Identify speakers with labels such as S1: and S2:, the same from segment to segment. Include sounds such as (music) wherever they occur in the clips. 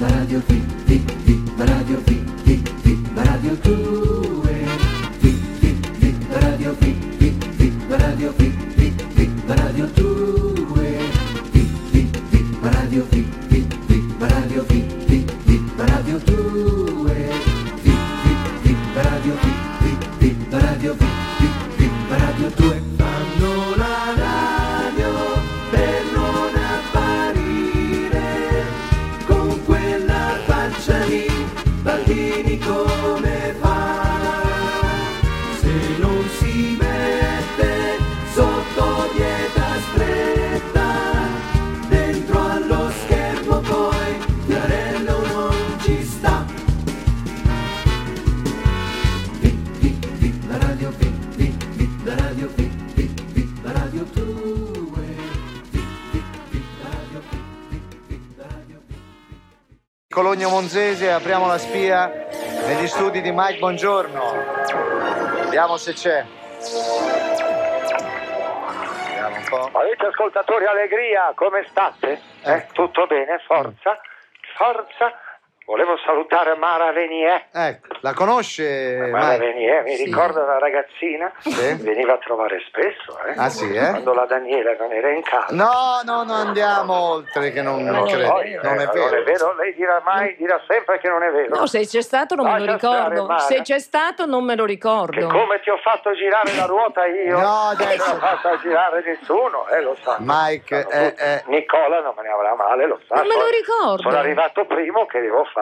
S1: radio V, V, V, la radio V, V, V, la radio 2. V, V, V, la radio V, V, V, la radio V, V, V, la radio 2. V, V, V, la radio V, V, V, la radio V, V, V, la radio 2. V, V, V, la radio V, V, V, la radio V, V, V, la radio 2. Fanno la radio per non apparire con quella faccia lì, Baldini come fa? Se non si mette sotto dieta stretta, dentro allo schermo poi Fiorello non ci sta. Vip, vip, vip, la radio, vip, vip, vip, la radio, vip, vip, vip, la radio tua. Vip, vip, vip, la radio, vip, vip, vip, la radio, vip.
S2: Cologno Monzese, apriamo la spia negli studi di Mike Buongiorno. Vediamo se c'è. Vediamo un po'.
S3: Avete ascoltatori allegria, come state? Eh, tutto bene, forza, forza. Volevo salutare Mara Renier.
S2: Ecco, la conosce
S3: Mara
S2: Mike?
S3: Renier, mi
S4: Sì.
S3: ricordo una ragazzina,
S2: Eh, Sì.
S3: veniva a trovare spesso, eh,
S2: Ah, sì, eh?
S3: quando la Daniela non era in casa.
S2: No, no, no, andiamo oltre che non,
S4: Non è
S2: credo.
S3: vero.
S2: Non è
S3: Non eh, è
S2: vero.
S3: vero, lei dirà mai, dirà sempre che non è vero.
S4: No, se c'è stato non me lo
S3: Lascia Ah, stare,
S4: ricordo.
S3: Mara.
S4: Se c'è stato non me lo
S3: Che
S4: ricordo.
S3: come ti ho fatto girare la ruota io,
S2: No, adesso-
S3: non ho fatto girare nessuno, eh, lo sa.
S2: Mike,
S3: Sanno
S2: eh,
S3: tutti.
S2: eh.
S3: Nicola non me ne avrà male, lo sa.
S4: Non me lo
S3: Sono-
S4: ricordo.
S3: Sono arrivato primo, che devo
S4: (laughs)
S3: fare?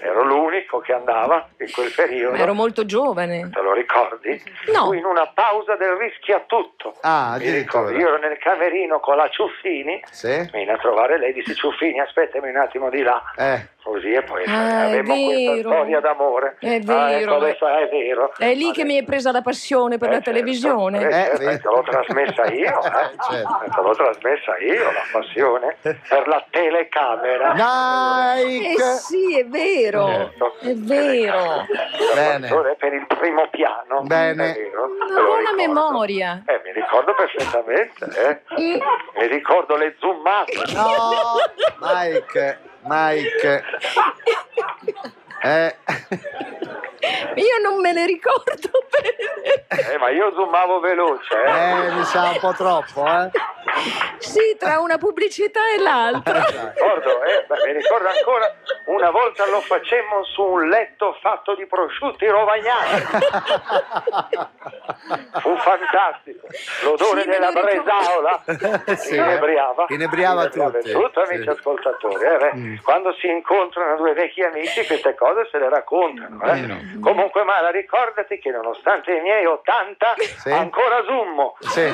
S3: Ero l'unico che andava in quel periodo.
S4: Ero molto giovane.
S3: Te lo ricordi?
S4: No.
S3: Fu in una pausa del rischiatutto.
S2: Ah,
S3: Mi ricordo,
S2: addirittura.
S3: Io ero nel camerino con la Ciuffini,
S2: eh, Sì?
S3: venne a trovare lei, disse Ciuffini aspettami un attimo di là.
S2: Eh.
S3: Così e poi
S4: Ah, è
S3: avremo questa
S4: vero.
S3: storia d'amore.
S4: È
S3: Ah, ecco,
S4: vero.
S3: adesso è vero.
S4: È lì che mi è presa la passione per la televisione.
S2: Eh,
S3: certo. Eh, certo,
S2: certo.
S3: te l'ho trasmessa io, eh.
S2: Eh, certo.
S3: te l'ho trasmessa io la passione per la telecamera.
S4: Eh
S2: Mike!
S4: sì, è vero.
S3: Certo.
S4: È
S3: Eh,
S4: vero.
S2: Bene.
S3: Solo per il primo piano.
S2: Bene.
S3: è vero, te
S4: Una
S3: lo
S4: buona
S3: ricordo.
S4: memoria. Mm.
S3: Eh, mi ricordo perfettamente, eh. mi ricordo le zoomate.
S2: No, Mike, Mike. Eh,
S4: (laughs) Io non me ne ricordo (laughs) bene.
S3: Eh, ma io zoomavo veloce. Eh.
S2: eh, mi sa un po' troppo, eh?
S4: Sì, tra una pubblicità e l'altra.
S3: Ricordo, eh, ma mi ricordo ancora una volta lo facemmo su un letto fatto di prosciutti rovagnati. Fu fantastico. L'odore
S4: Sì, me lo
S3: della
S4: ricordo. (laughs)
S3: bresaola
S2: Sì, eh.
S3: inebriava.
S2: Inebriava tutti,
S3: tutto,
S2: sì. Mm.
S3: amici ascoltatori. eh, beh, Quando si incontrano due vecchi amici, queste cose se le raccontano. eh. Comunque, Mara, ricordati che nonostante i miei 80,
S2: Sì.
S3: ancora zummo.
S2: Sì,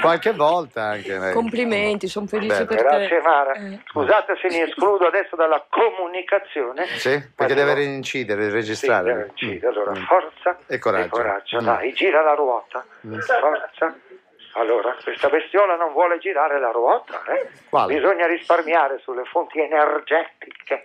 S2: qualche volta anche lei.
S4: Complimenti, sono felice
S2: Bene.
S4: per te.
S3: Grazie Mara.
S4: Eh.
S3: Scusate se mi escludo adesso dalla comunicazione.
S2: Sì,
S3: Ma
S2: perché deve
S3: devo-
S2: incidere,
S3: Sì,
S2: registrare.
S3: deve incidere.
S2: Mm.
S3: Allora,
S2: Mm.
S3: forza
S2: E coraggio. Mm.
S3: Dai, gira la ruota. Forza. Allora, questa bestiola non vuole girare la ruota. eh.
S2: Quale?
S3: Bisogna risparmiare sulle
S2: (laughs)
S3: fonti energetiche.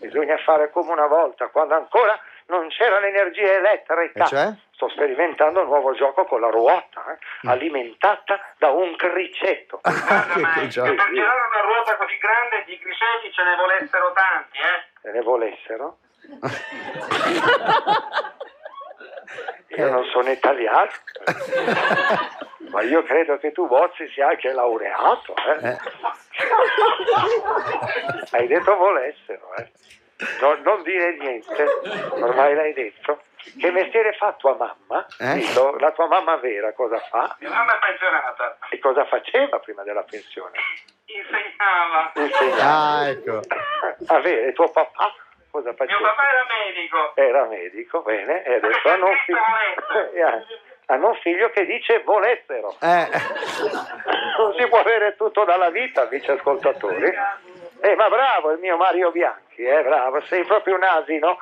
S3: Bisogna fare come una volta, quando ancora non c'era l'energia elettrica.
S2: E cioè? Mm.
S3: Sto sperimentando un nuovo gioco con la ruota, eh, alimentata da un criceto.
S2: (laughs)
S5: Ah,
S2: Che- che gioco.
S5: E per girare una ruota così grande di griseggi ce ne volessero tanti, eh?
S3: se ne volessero.
S2: (laughs)
S3: io non
S2: (laughs)
S3: sono italiano, ma io credo che tu, Bozzi, sia anche laureato. eh.
S2: Eh.
S3: (laughs) Hai detto volessero, eh. No- non dire niente, ormai l'hai detto. Che mestiere fa tua mamma?
S2: Eh?
S3: Dillo, la tua mamma vera cosa fa?
S5: Mia mamma è pensionata,
S3: E cosa faceva prima della pensione?
S5: insegnava.
S2: Ah, ecco.
S3: Ah, vero, e tuo papà cosa faceva?
S5: Mio papà era medico.
S3: era medico, bene, e adesso hanno un, fi- (laughs) e ha- hanno un figlio che dice volessero.
S2: Eh,
S3: Non si può avere tutto dalla vita, vice ascoltatori. Eh, ma bravo il mio Mario Bianchi, eh, bravo, sei proprio un asino.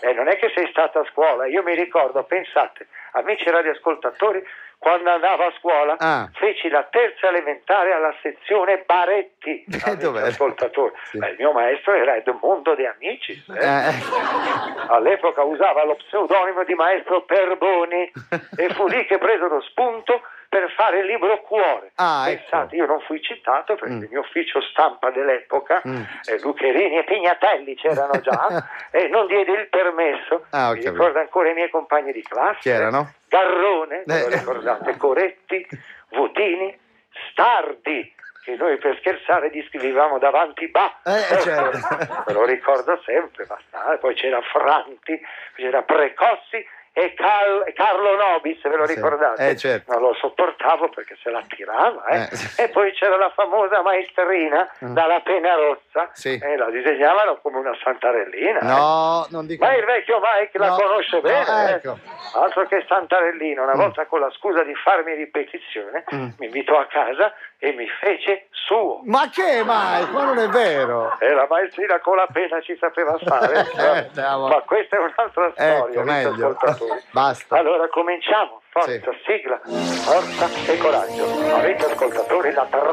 S3: Eh, non è che sei stato a scuola, io mi ricordo, pensate, amici radioascoltatori, quando andavo a scuola
S2: Ah.
S3: feci la terza elementare alla sezione Baretti.
S2: (laughs) Eh, dov'era?
S3: amici ascoltatori.
S2: Sì.
S3: Beh, il mio maestro era Edmondo De Amicis. eh.
S2: eh,
S3: All'epoca usava lo pseudonimo di maestro Perboni e fu lì che presero spunto per fare il libro Cuore.
S2: Ah,
S3: Pensate, io non fui citato perché
S2: Mm.
S3: il mio ufficio stampa dell'epoca,
S2: Mm.
S3: eh, Lucherini e Pignatelli c'erano già,
S2: (laughs)
S3: e non diede il permesso.
S2: Ah, ho
S3: Mi
S2: capito.
S3: ricordo ancora i miei compagni di classe.
S2: Chi erano?
S3: Garrone, ve lo
S2: Eh.
S3: ricordate, Coretti, Votini, Stardi, che noi per scherzare gli scrivevamo davanti Ba.
S2: Eh,
S3: Ecco, (laughs)
S2: certo. (laughs)
S3: Me lo ricordo sempre, bastava. Poi c'era Franti, c'era Precossi e Cal- Carlo Nobis, ve lo
S2: Sì.
S3: ricordate?
S2: Eh, certo.
S3: Non lo sopportavo perché se la tirava. eh.
S2: Eh, sì.
S3: E poi c'era la famosa maestrina
S2: Mm.
S3: dalla pena rossa,
S2: Sì.
S3: eh, la disegnavano come una santarellina. eh.
S2: No, non dico.
S3: Ma il vecchio Mike la
S2: No,
S3: conosce
S2: no,
S3: bene, eh.
S2: ecco.
S3: altro che Santarellino, una
S2: Mm.
S3: volta con la scusa di farmi ripetizione,
S2: Mm.
S3: mi invitò a casa e mi fece suo.
S2: Ma che mai? Ma non è vero.
S3: E la maestrina con la pena ci sapeva fare,
S2: Eh, andiamo.
S3: ma questa è un'altra storia,
S2: Ecco,
S3: amici
S2: meglio.
S3: ascoltatori.
S2: Basta.
S3: Allora cominciamo, forza,
S2: Sì.
S3: sigla, forza e coraggio. Avete ascoltatori la tarra,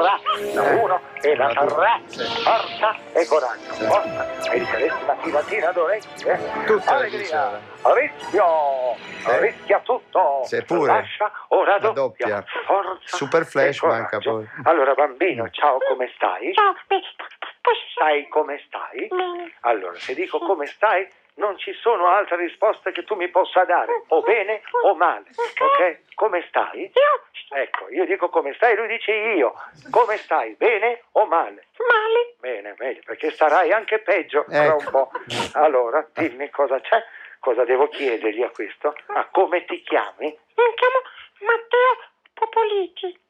S3: la
S2: Eh.
S3: 1 e la
S2: La due,
S3: tarra,
S2: sì.
S3: forza e coraggio,
S2: Sì.
S3: forza. E riceresti la tiratina d'orecchie, eh.
S2: Tutte le
S3: Allegria,
S2: diceva.
S3: rischio,
S2: Sì.
S3: rischia tutto.
S2: Eh? Sì, pure.
S3: Lascia ora
S2: La
S3: doppia,
S2: doppia.
S3: forza
S2: Super flash
S3: e coraggio.
S2: manca poi.
S3: Allora bambino, ciao, come stai?
S6: Ciao, aspetta, posso
S3: Sai come stai?
S6: Bene.
S3: Allora, se dico come stai, non ci sono altre risposte che tu mi possa
S6: Eh,
S3: dare, o bene o male, ok? Come stai?
S6: Io
S3: Ecco, io dico come stai, lui dice io. Come stai, bene o male?
S6: male.
S3: Bene, meglio, perché starai anche peggio tra un
S2: Ecco.
S3: po'. Allora, dimmi cosa c'è, cosa devo chiedergli a questo, a come ti chiami?
S6: Mi chiamo Matteo Popoliti.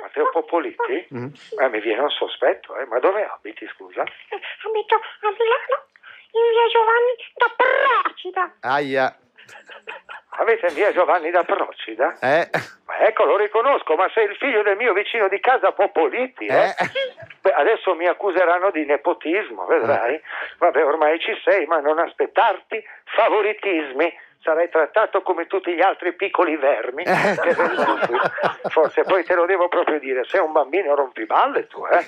S3: Matteo Popoliti?
S2: Mm?
S3: Eh, mi viene un sospetto, eh, ma dove abiti, scusa?
S6: Eh, Abito a Milano, in via Giovanni da Procida.
S2: Aia.
S3: Avete in via Giovanni da Procida?
S2: Eh.
S3: Ma ecco, lo riconosco, ma sei il figlio del mio vicino di casa Popoliti. eh?
S2: Eh.
S3: Beh, adesso mi accuseranno di nepotismo,
S2: Eh.
S3: vedrai. Vabbè, ormai ci sei, ma non aspettarti favoritismi. Sarai trattato come tutti gli altri piccoli vermi
S2: Eh.
S3: che vengono qui. Forse poi te lo devo proprio dire, sei un bambino rompiballe
S2: (laughs)
S3: tu, eh?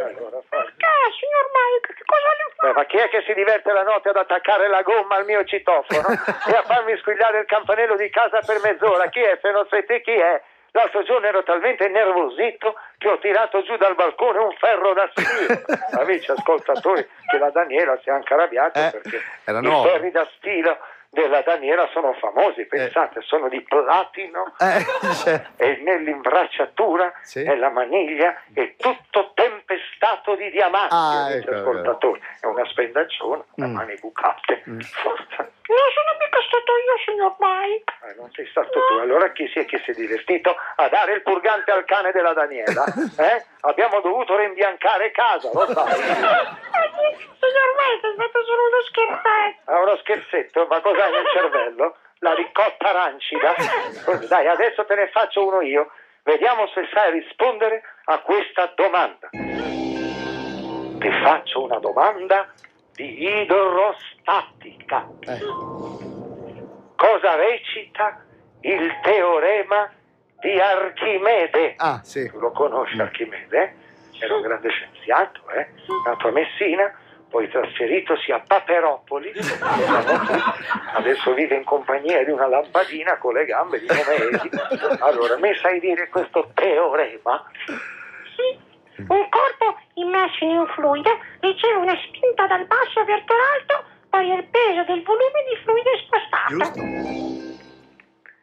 S3: Allora, forza.
S6: Perché, Eh, signor Mike, che cosa le ho
S3: Beh,
S6: fatto?
S3: ma chi è che si diverte la notte ad attaccare la gomma al
S2: (laughs)
S3: mio citofono e a farmi squillare il campanello di casa per mezz'ora? Chi è? Se non sei te, chi è? L'altro giorno ero talmente nervosito che ho tirato giù dal balcone un ferro da
S2: (laughs)
S3: stiro. Amici ascoltatori, che la Daniela si è anche arrabbiata
S2: Eh,
S3: perché
S2: era
S3: i
S2: nuovo.
S3: ferri da stilo della Daniela sono famosi, pensate, sono di platino
S2: Eh, cioè,
S3: e nell'imbracciatura
S2: Sì.
S3: e la maniglia è tutto tempestato di diamanti
S2: Ah,
S3: amici
S2: ecco,
S3: ascoltatori. è una spendacciona a
S2: Mm.
S3: mani bucate
S2: Mm.
S3: forza
S6: Non sono mica stato io, signor Mike. (laughs)
S3: eh, non sei stato tu allora chi si è che si è divertito a dare il purgante al cane della Daniela
S2: (laughs)
S3: eh? abbiamo dovuto rimbiancare casa lo sai
S6: Eh, signor Mike, è stato solo uno scherzetto.
S3: ha uno scherzetto ma cos'hai nel cervello la ricotta rancida dai adesso te ne faccio uno io vediamo se sai rispondere a questa domanda Ti faccio una domanda di idrostatica.
S2: eh.
S3: Cosa recita il teorema di Archimede?
S2: Ah, sì.
S3: Tu lo conosci Archimede? eh? Era un grande scienziato, eh? nato a Messina, poi trasferitosi a Paperopoli, adesso vive in compagnia di una lampadina con le gambe di Momesi. Allora, mi sai dire questo teorema?
S6: Sì. Un corpo immerso in un fluido riceve una spinta dal basso verso l'alto pari al peso del volume di fluido spostato.
S2: Giusto.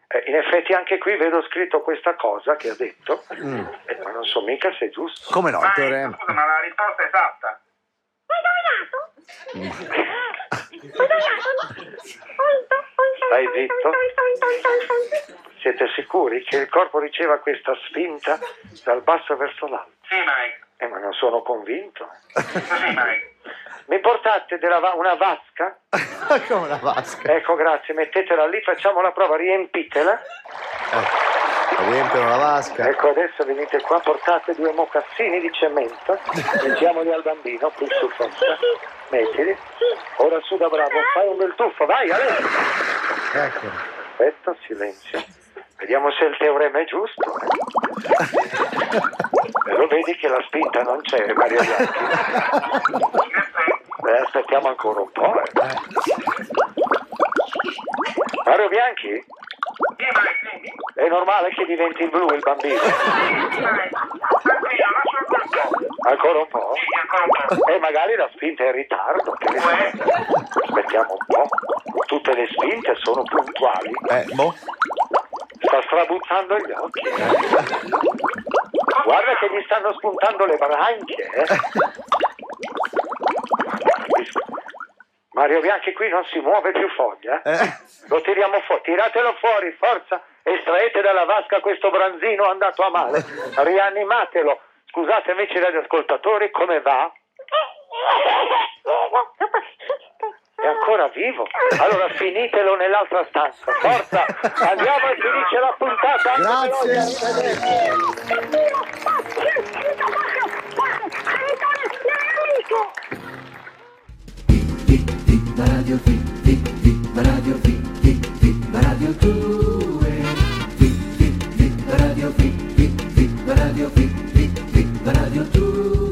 S3: Eh, in effetti anche qui vedo scritto questa cosa che ha detto,
S2: Mm.
S3: eh, ma non so mica se è giusto.
S2: Come no, il
S5: Ma,
S2: teorema.
S5: scusa, ma la risposta è esatta.
S6: Hai indovinato? Hai indovinato?
S3: Stai zitto. Siete sicuri che il corpo riceva questa spinta dal basso verso l'alto?
S5: Sì, Mike.
S3: Eh, ma non sono convinto.
S5: Sì, Mike.
S3: Mi portate della va- una vasca?
S2: (laughs) Come la vasca.
S3: Ecco, grazie, mettetela lì, facciamo la prova, riempitela.
S2: Eh, Riempiono la vasca.
S3: Ecco, adesso venite qua, portate due mocassini di cemento, mettiamoli al bambino, qui su forza. Mettili. Ora su da bravo, fai un bel tuffo, vai, adesso.
S2: Ecco.
S3: Aspetta, silenzio. Vediamo se il teorema è giusto. E lo vedi che la spinta non c'è, Mario Bianchi.
S5: In effetti.
S3: Beh, aspettiamo ancora un po'. eh. Mario Bianchi?
S5: Sì, Mike, sì.
S3: E È normale che diventi blu il bambino.
S5: Tranquilla, lascia ancora
S3: Ancora un
S5: un po'.
S3: po'?
S5: Sì, ancora un po'. eh.
S3: E magari la spinta è in ritardo. che ne so.
S5: Può essere.
S3: Aspettiamo un po'. Tutte le spinte sono puntuali.
S2: Eh, boh.
S3: Sta strabuzzando gli occhi. eh. Guarda che gli stanno spuntando le branchie. eh. Mario Bianchi qui non si muove più foglia.
S2: Eh.
S3: Lo tiriamo fuori, tiratelo fuori, forza, estraete dalla vasca questo branzino andato a male, rianimatelo. Scusate amici radioascoltatori, come va? È ancora vivo. Allora finitelo nell'altra stanza. Forza, andiamo e finisce la puntata. anche
S2: Grazie.
S3: veloce, arrivederci.
S1: Tic tic la radio tic tic tic la radio tic tic tic la radio tue tic tic tic la radio tic tic tic la radio tic tic tic la radio tue